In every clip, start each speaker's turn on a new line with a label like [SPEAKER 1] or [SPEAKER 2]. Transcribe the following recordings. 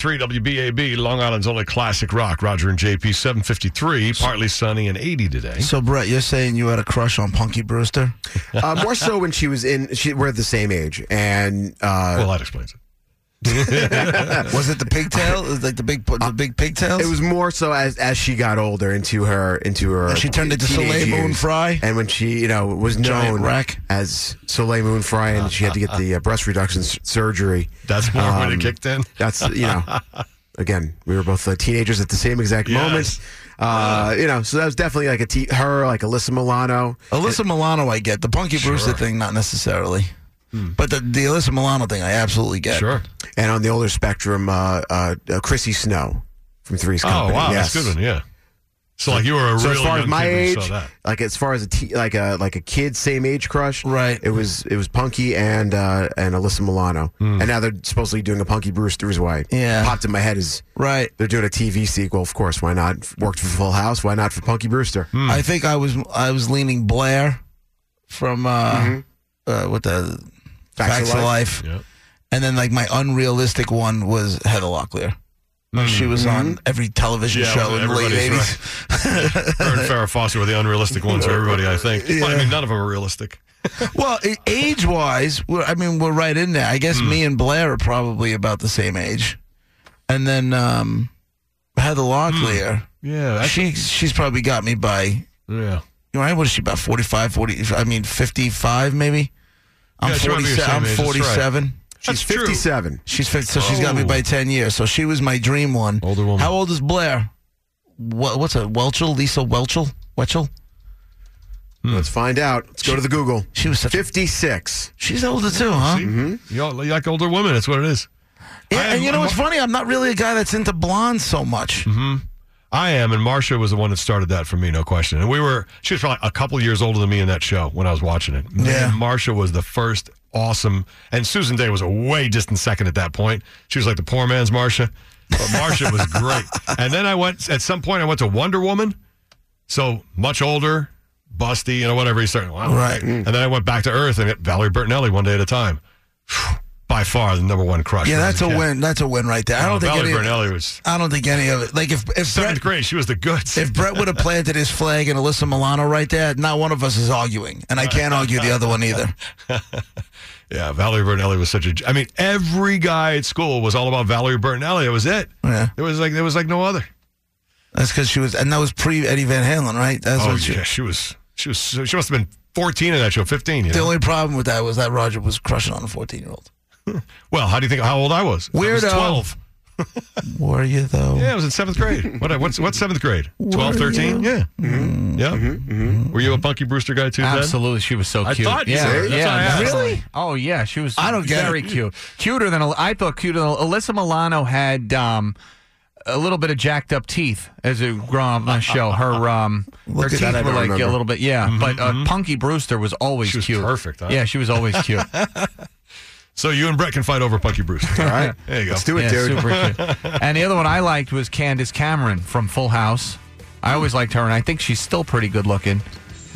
[SPEAKER 1] 3 WBAB, Long Island's only classic rock. Roger and JP, 753, partly sunny and 80 today.
[SPEAKER 2] So, Brett, you're saying you had a crush on Punky Brewster?
[SPEAKER 3] Uh, more so when she was in, she, we're the same age. And uh,
[SPEAKER 1] Well, that explains it.
[SPEAKER 2] Was it the pigtail? It was like the big, the big pigtails.
[SPEAKER 3] it was more so as, as she got older into her, into her.
[SPEAKER 2] And she turned into
[SPEAKER 3] teenage
[SPEAKER 2] Soleil Moon
[SPEAKER 3] years.
[SPEAKER 2] Frye?
[SPEAKER 3] And when she, you know, was
[SPEAKER 2] Giant
[SPEAKER 3] known
[SPEAKER 2] rack?
[SPEAKER 3] as Soleil Moon Fry and she had to get the uh, breast reduction s- surgery.
[SPEAKER 1] That's more when it
[SPEAKER 3] Um,
[SPEAKER 1] kicked in.
[SPEAKER 3] That's you know, again, we were both uh, teenagers at the same exact
[SPEAKER 1] Yes.
[SPEAKER 3] moment. Uh, you know, so that was definitely like a te- her, like Alyssa Milano.
[SPEAKER 2] Alyssa Milano, I get the Punky Brewster thing, not necessarily, but the, the Alyssa Milano thing, I absolutely get.
[SPEAKER 1] Sure.
[SPEAKER 3] and on the older spectrum, uh, uh, uh, Chrissy Snow from Three's
[SPEAKER 1] Oh,
[SPEAKER 3] Company.
[SPEAKER 1] wow.
[SPEAKER 3] yes.
[SPEAKER 1] That's a good one, yeah. So, like, you were a
[SPEAKER 3] So
[SPEAKER 1] really
[SPEAKER 3] as far
[SPEAKER 1] young
[SPEAKER 3] as my
[SPEAKER 1] kid when you
[SPEAKER 3] age,
[SPEAKER 1] saw that.
[SPEAKER 3] like as far as a te- like a like a kid same age crush,
[SPEAKER 2] Right.
[SPEAKER 3] It was it was Punky and uh, and Alyssa Milano, and now they're supposedly doing a Punky Brewster's Way.
[SPEAKER 2] Yeah.
[SPEAKER 3] popped in my head is
[SPEAKER 2] Right.
[SPEAKER 3] they're doing a TV sequel. Of course, why not? Worked for Full House, why not for Punky Brewster?
[SPEAKER 2] I think I was I was leaning Blair from uh, uh what the
[SPEAKER 3] Facts of
[SPEAKER 2] Life,
[SPEAKER 1] Yeah.
[SPEAKER 2] and then like my unrealistic one was Heather Locklear. She was on every television
[SPEAKER 1] Yeah,
[SPEAKER 2] show
[SPEAKER 1] well,
[SPEAKER 2] in the late
[SPEAKER 1] everybody's
[SPEAKER 2] eighties.
[SPEAKER 1] Her and Farrah Fawcett were the unrealistic ones for everybody, I think. Well, I mean, none of them are realistic.
[SPEAKER 2] Well, age wise, I mean, we're right in there. I guess
[SPEAKER 1] Hmm.
[SPEAKER 2] me and Blair are probably about the same age, and then um, Heather Locklear.
[SPEAKER 1] Yeah. Hmm. that's-
[SPEAKER 2] She she's probably got me by
[SPEAKER 1] yeah.
[SPEAKER 2] you know, what is she about 45, 40, I mean 55 maybe? I'm
[SPEAKER 1] Yeah, she might be the
[SPEAKER 2] 47.
[SPEAKER 1] same
[SPEAKER 2] I'm
[SPEAKER 1] age, that's right.
[SPEAKER 2] 47.
[SPEAKER 3] She's
[SPEAKER 1] That's true.
[SPEAKER 3] fifty seven.
[SPEAKER 2] She's 50, so she's got me
[SPEAKER 1] Oh.
[SPEAKER 2] by 10 years. So she was my dream one.
[SPEAKER 1] Older woman.
[SPEAKER 2] How old is Blair? What, what's it? Welchel? Lisa Welchel? Welchel?
[SPEAKER 3] Let's find out. Let's go to the Google.
[SPEAKER 2] She was such a,
[SPEAKER 3] 56.
[SPEAKER 2] She's older too, huh?
[SPEAKER 1] See?
[SPEAKER 3] Mm-hmm.
[SPEAKER 1] You all- you like older women. That's what it is.
[SPEAKER 2] Yeah,
[SPEAKER 1] I am-
[SPEAKER 2] and you know
[SPEAKER 1] I'm-
[SPEAKER 2] what's funny? I'm not really a guy that's into blondes so much.
[SPEAKER 1] I am, and Marsha was the one that started that for me, no question. And we were, she was probably a couple years older than me in that show when I was watching it.
[SPEAKER 2] Yeah.
[SPEAKER 1] Marsha was the first awesome, and Susan Day was a way distant second at that point. She was like the poor man's Marsha, but Marsha was great. And then I went, at some point, I went to Wonder Woman. So much older, busty, you know, whatever. He's starting, wow.
[SPEAKER 2] Right.
[SPEAKER 1] And then I went back to Earth and got Valerie Bertinelli one day at a time. By far the number one crush.
[SPEAKER 2] Yeah,
[SPEAKER 1] when I was
[SPEAKER 2] that's a
[SPEAKER 1] kid.
[SPEAKER 2] win. That's a win right there. I
[SPEAKER 1] Oh,
[SPEAKER 2] don't think
[SPEAKER 1] Valerie
[SPEAKER 2] any.
[SPEAKER 1] Bertinelli was
[SPEAKER 2] I don't think any of it. Like if if
[SPEAKER 1] seventh
[SPEAKER 2] Brett,
[SPEAKER 1] grade. She was the goods.
[SPEAKER 2] if Brett would have planted his flag and Alyssa Milano right there, not one of us is arguing, and I can't argue the other one either.
[SPEAKER 1] Yeah, Valerie Bertinelli was such a. I mean, every guy at school was all about Valerie Bertinelli. It was it.
[SPEAKER 2] Yeah.
[SPEAKER 1] There was like there was like no other.
[SPEAKER 2] That's because she was, and that was pre Eddie Van Halen, right? That's
[SPEAKER 1] oh
[SPEAKER 2] what she.
[SPEAKER 1] yeah, she was. She was. She must have been fourteen in that show. Fifteen. You
[SPEAKER 2] The
[SPEAKER 1] know?
[SPEAKER 2] only problem with that was that Roger was crushing on a fourteen-year-old.
[SPEAKER 1] well, how do you think how old I was? I was
[SPEAKER 2] Weirdo.
[SPEAKER 1] Twelve.
[SPEAKER 2] Were you though?
[SPEAKER 1] Yeah, I was in seventh grade. What? What's what's seventh grade? 12, 13? Yeah. Mm-hmm. Yeah. Were you a Punky Brewster guy too? then?
[SPEAKER 4] Absolutely, she was so
[SPEAKER 1] I
[SPEAKER 4] cute.
[SPEAKER 1] thought you
[SPEAKER 4] yeah,
[SPEAKER 1] said- that's
[SPEAKER 4] yeah,
[SPEAKER 1] why I asked.
[SPEAKER 4] definitely. Oh yeah, she was.
[SPEAKER 2] I don't get
[SPEAKER 4] very
[SPEAKER 2] it.
[SPEAKER 4] cute, cuter than Al- I thought. Cuter than Alyssa Milano had um, a little bit of jacked up teeth as a growing up on the show. Her um, her
[SPEAKER 2] Look at
[SPEAKER 4] teeth
[SPEAKER 2] that, I
[SPEAKER 4] were
[SPEAKER 2] don't
[SPEAKER 4] like
[SPEAKER 3] remember.
[SPEAKER 4] a little bit, yeah. But uh, Punky Brewster was always
[SPEAKER 1] Mm-hmm, She was
[SPEAKER 4] cute,
[SPEAKER 1] perfect, huh?
[SPEAKER 4] Yeah, she was always cute.
[SPEAKER 1] So you and Brett can fight over Punky Brewster. All
[SPEAKER 3] right.
[SPEAKER 1] There you go.
[SPEAKER 3] Let's do it,
[SPEAKER 4] yeah,
[SPEAKER 3] dude.
[SPEAKER 4] super cute. And the other one I liked was Candace Cameron from Full House. I always liked her, and I think she's still pretty good looking.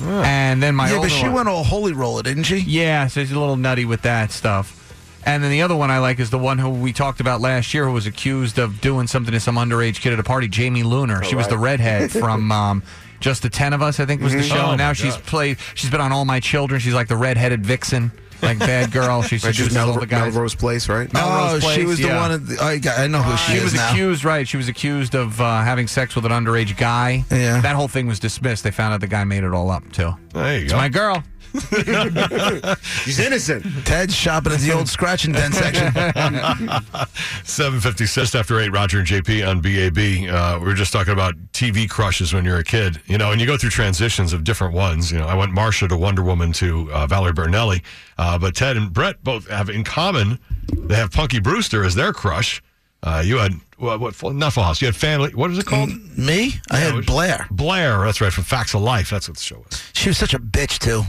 [SPEAKER 4] And then my
[SPEAKER 2] Yeah,
[SPEAKER 4] older
[SPEAKER 2] but she
[SPEAKER 4] one-
[SPEAKER 2] went all holy roller, didn't she?
[SPEAKER 4] Yeah, so he's a little nutty with that stuff. And then the other one I like is the one who we talked about last year, who was accused of doing something to some underage kid at a party. Jamie
[SPEAKER 2] Oh,
[SPEAKER 4] Lunar, she was the redhead from um, just the ten of us, I think was the
[SPEAKER 2] Mm-hmm.
[SPEAKER 4] show.
[SPEAKER 1] Oh,
[SPEAKER 4] and now
[SPEAKER 1] my
[SPEAKER 4] she's
[SPEAKER 1] God.
[SPEAKER 4] played. She's been on All My Children. She's like the redheaded vixen, like bad girl. She
[SPEAKER 3] Which
[SPEAKER 4] seduces
[SPEAKER 3] is
[SPEAKER 4] all
[SPEAKER 3] Mel-
[SPEAKER 4] the guys.
[SPEAKER 3] Melrose Place, right?
[SPEAKER 4] Melrose
[SPEAKER 2] oh, she
[SPEAKER 4] Place,
[SPEAKER 2] was the
[SPEAKER 4] yeah.
[SPEAKER 2] one. At the, I, got- I know who she,
[SPEAKER 4] She
[SPEAKER 2] is
[SPEAKER 4] was
[SPEAKER 2] now.
[SPEAKER 4] accused, right? She was accused of uh, having sex with an underage guy.
[SPEAKER 2] Yeah.
[SPEAKER 4] that whole thing was dismissed. They found out the guy made it all up too.
[SPEAKER 1] There you
[SPEAKER 4] It's
[SPEAKER 1] go.
[SPEAKER 4] my girl.
[SPEAKER 3] She's innocent.
[SPEAKER 2] Ted's shopping at the old scratch and dent section.
[SPEAKER 1] 756 after 8, Roger and JP on BAB. Uh, we were just talking about TV crushes when you're a kid, you know, and you go through transitions of different ones. You know, I went Marsha to Wonder Woman to uh, Valerie Bertinelli, uh, but Ted and Brett both have in common, they have Punky Brewster as their crush. Uh, you had what, what? Full- Not Full House. You had Family. What was it called?
[SPEAKER 2] Me? I
[SPEAKER 1] it was-
[SPEAKER 2] had Blair.
[SPEAKER 1] Blair. That's right. From Facts of Life. That's what the show was.
[SPEAKER 2] She was such a bitch too.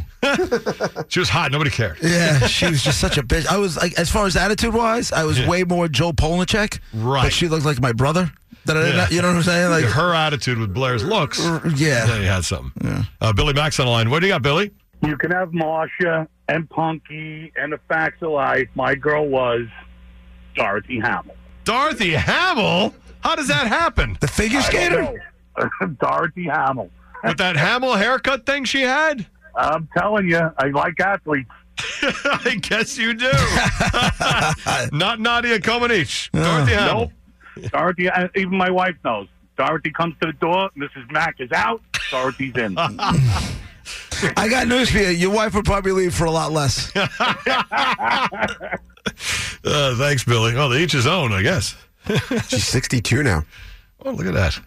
[SPEAKER 1] She was hot. Nobody cared.
[SPEAKER 2] Yeah, she was just such a bitch. I was like, as far as attitude wise, I was
[SPEAKER 1] Yeah.
[SPEAKER 2] way more Joe Polnicek.
[SPEAKER 1] Right.
[SPEAKER 2] But she looked like my brother. That I did
[SPEAKER 1] Yeah.
[SPEAKER 2] not, you know what I'm saying? Like,
[SPEAKER 1] Her attitude with Blair's looks.
[SPEAKER 2] yeah.
[SPEAKER 1] There you had something. Uh, Billy Max on the line. What do you got, Billy?
[SPEAKER 5] You can have Marsha and Punky and the facts of life. My girl was Dorothy Hamill.
[SPEAKER 1] Dorothy Hamill. How does that happen?
[SPEAKER 2] The figure skater?
[SPEAKER 5] Dorothy Hamill.
[SPEAKER 1] With that Hamill haircut thing she had?
[SPEAKER 5] I'm telling you, I like athletes.
[SPEAKER 1] I guess you do. Not Nadia Comaneci. Dorothy Hamill.
[SPEAKER 5] Nope. Dorothy, uh, even my wife knows. Dorothy comes to the door. Mrs. Mack is out. Dorothy's in.
[SPEAKER 2] I got news for you. Your wife would probably leave for a lot less.
[SPEAKER 1] Uh, thanks, Billy. Well, they each his own, I guess.
[SPEAKER 3] She's 62 now.
[SPEAKER 1] Oh, look at that.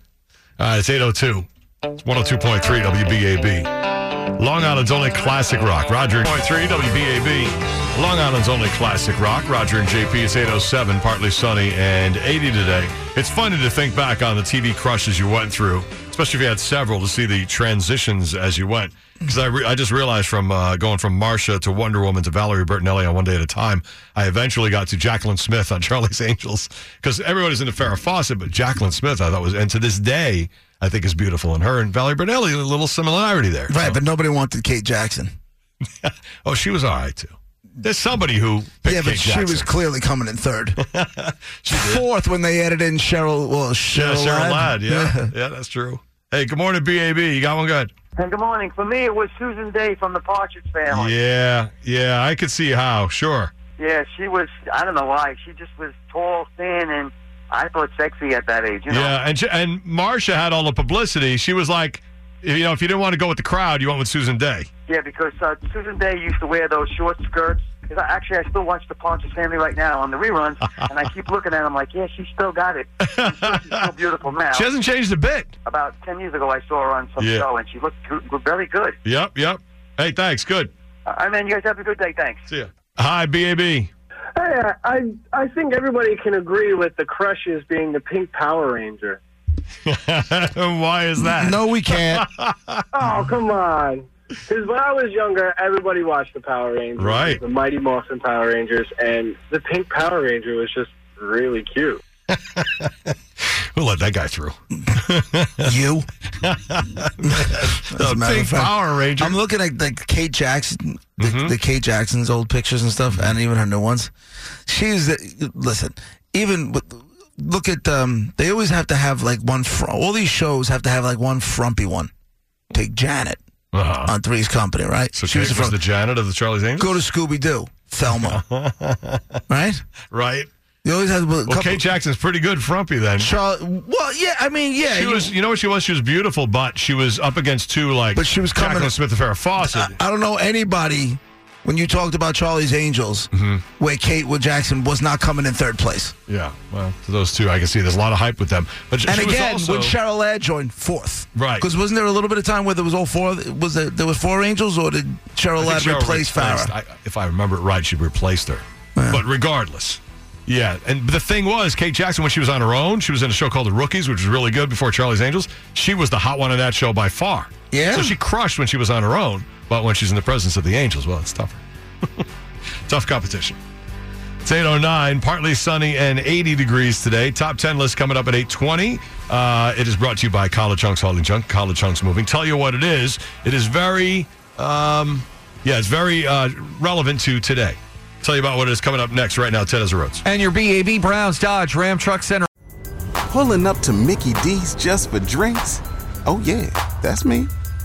[SPEAKER 1] All right, it's 802. It's 102.3 WBAB. Long Island's only classic rock. Roger. 0.3 WBAB. Long Island's only classic rock. Roger and JP. It's 807, partly sunny and 80 today. It's funny to think back on the TV crushes you went through, especially if you had several, to see the transitions as you went. Because I, re- I just realized from uh, going from Marsha to Wonder Woman to Valerie Bertinelli on One Day at a Time, I eventually got to Jacqueline Smith on Charlie's Angels. Because everybody's into Farrah Fawcett, but Jacqueline Smith, I thought was, and to this day, I think is beautiful. And her and Valerie Bertinelli, a little similarity there. So-
[SPEAKER 2] Right, but nobody wanted Kate Jackson.
[SPEAKER 1] Oh, she was all right too. There's somebody who picked
[SPEAKER 2] yeah, but
[SPEAKER 1] Kate
[SPEAKER 2] she
[SPEAKER 1] Jackson.
[SPEAKER 2] was clearly coming in third. Fourth when they added in Cheryl. Well,
[SPEAKER 1] yeah,
[SPEAKER 2] Cheryl,
[SPEAKER 1] Sarah Ladd.
[SPEAKER 2] Ladd.
[SPEAKER 1] Yeah, yeah, that's true. Hey, good morning, BAB. You got one good?
[SPEAKER 6] And good morning. For me, it was Susan Day from the Partridge Family.
[SPEAKER 1] Yeah, yeah, I could see how. Sure.
[SPEAKER 6] Yeah, she was. I don't know why. She just was tall, thin, and I thought sexy at that age. You know.
[SPEAKER 1] Yeah, and she, and Marsha had all the publicity. She was like, you know, if you didn't want to go with the crowd, you went with Susan Day.
[SPEAKER 6] Yeah, because uh, Susan Day used to wear those short skirts. 'Cause I, actually, I still watch the Partridge Family right now on the reruns, and I keep looking at them like, yeah, she's still got it. She's so beautiful now.
[SPEAKER 1] She hasn't changed a bit.
[SPEAKER 6] About ten years ago, I saw her on some
[SPEAKER 1] Yeah.
[SPEAKER 6] show, and she looked g- g- very good.
[SPEAKER 1] Yep, yep. Hey, thanks. Good.
[SPEAKER 6] Uh, I mean, you guys have a good day. Thanks.
[SPEAKER 1] See ya. Hi, BAB.
[SPEAKER 7] I, I I think everybody can agree with the crushes being the Pink Power Ranger.
[SPEAKER 1] Why is that?
[SPEAKER 2] No, we can't.
[SPEAKER 7] Oh come on! Because when I was younger, everybody watched the Power Rangers,
[SPEAKER 1] Right.
[SPEAKER 7] The Mighty Morphin Power Rangers, and the Pink Power Ranger was just really cute.
[SPEAKER 1] Who let that guy through?
[SPEAKER 2] you.
[SPEAKER 1] The
[SPEAKER 2] matter of
[SPEAKER 1] Pink
[SPEAKER 2] fact,
[SPEAKER 1] Power Ranger.
[SPEAKER 2] I'm looking at like Kate Jackson, the,
[SPEAKER 1] Mm-hmm.
[SPEAKER 2] the Kate Jackson's old pictures and stuff, and even her new ones. She's uh, listen. Even with, look at um, they always have to have like one. Fr- all these shows have to have like one frumpy one. Take Janet
[SPEAKER 1] Uh-huh.
[SPEAKER 2] on Three's Company, right?
[SPEAKER 1] So she was,
[SPEAKER 2] a
[SPEAKER 1] was
[SPEAKER 2] frump-
[SPEAKER 1] the Janet of the Charlie's Angels,
[SPEAKER 2] go to Scooby Doo, Thelma, right?
[SPEAKER 1] right?
[SPEAKER 2] You always have a couple.
[SPEAKER 1] Well, Kate Jackson's pretty good frumpy then.
[SPEAKER 2] Charlotte, well, yeah, I mean, yeah,
[SPEAKER 1] She
[SPEAKER 2] you-
[SPEAKER 1] was, you know what she was? She was beautiful, but she was up against two like.
[SPEAKER 2] But she was coming- Uh,
[SPEAKER 1] Jacqueline Smith and Farrah Fawcett.
[SPEAKER 2] I don't know anybody when you talked about Charlie's Angels
[SPEAKER 1] Mm-hmm.
[SPEAKER 2] where Kate Wood Jackson was not coming in third place.
[SPEAKER 1] yeah, well, to those two, I can see there's a lot of hype with them. But she,
[SPEAKER 2] And
[SPEAKER 1] she
[SPEAKER 2] again,
[SPEAKER 1] was also,
[SPEAKER 2] when Cheryl Ladd joined fourth,
[SPEAKER 1] Right.
[SPEAKER 2] Because wasn't there a little bit of time where there was all four? Was there there was four Angels, or did Cheryl
[SPEAKER 1] I
[SPEAKER 2] Ladd
[SPEAKER 1] think Cheryl
[SPEAKER 2] replace
[SPEAKER 1] replaced-
[SPEAKER 2] Farrah?
[SPEAKER 1] I, if I remember it right, she replaced her. But regardless, yeah. And the thing was, Kate Jackson, when she was on her own, she was in a show called The Rookies, which was really good before Charlie's Angels. She was the hot one in that show by far.
[SPEAKER 2] Yeah?
[SPEAKER 1] So she crushed when she was on her own, but when she's in the presence of the Angels, well, it's tougher. Tough competition. It's 809, partly sunny and 80 degrees today. Top 10 list coming up at 820. Uh, it is brought to you by College Hunks Hauling Junk, College Hunks Moving. Tell you what it is. It is very, um, yeah, it's very uh, relevant to today. Tell you about what is coming up next right now, Ted Ezra Rhodes.
[SPEAKER 4] And your BAB Browns Dodge Ram Truck Center.
[SPEAKER 8] Pulling up to Mickey D's just for drinks? Oh, yeah, that's me.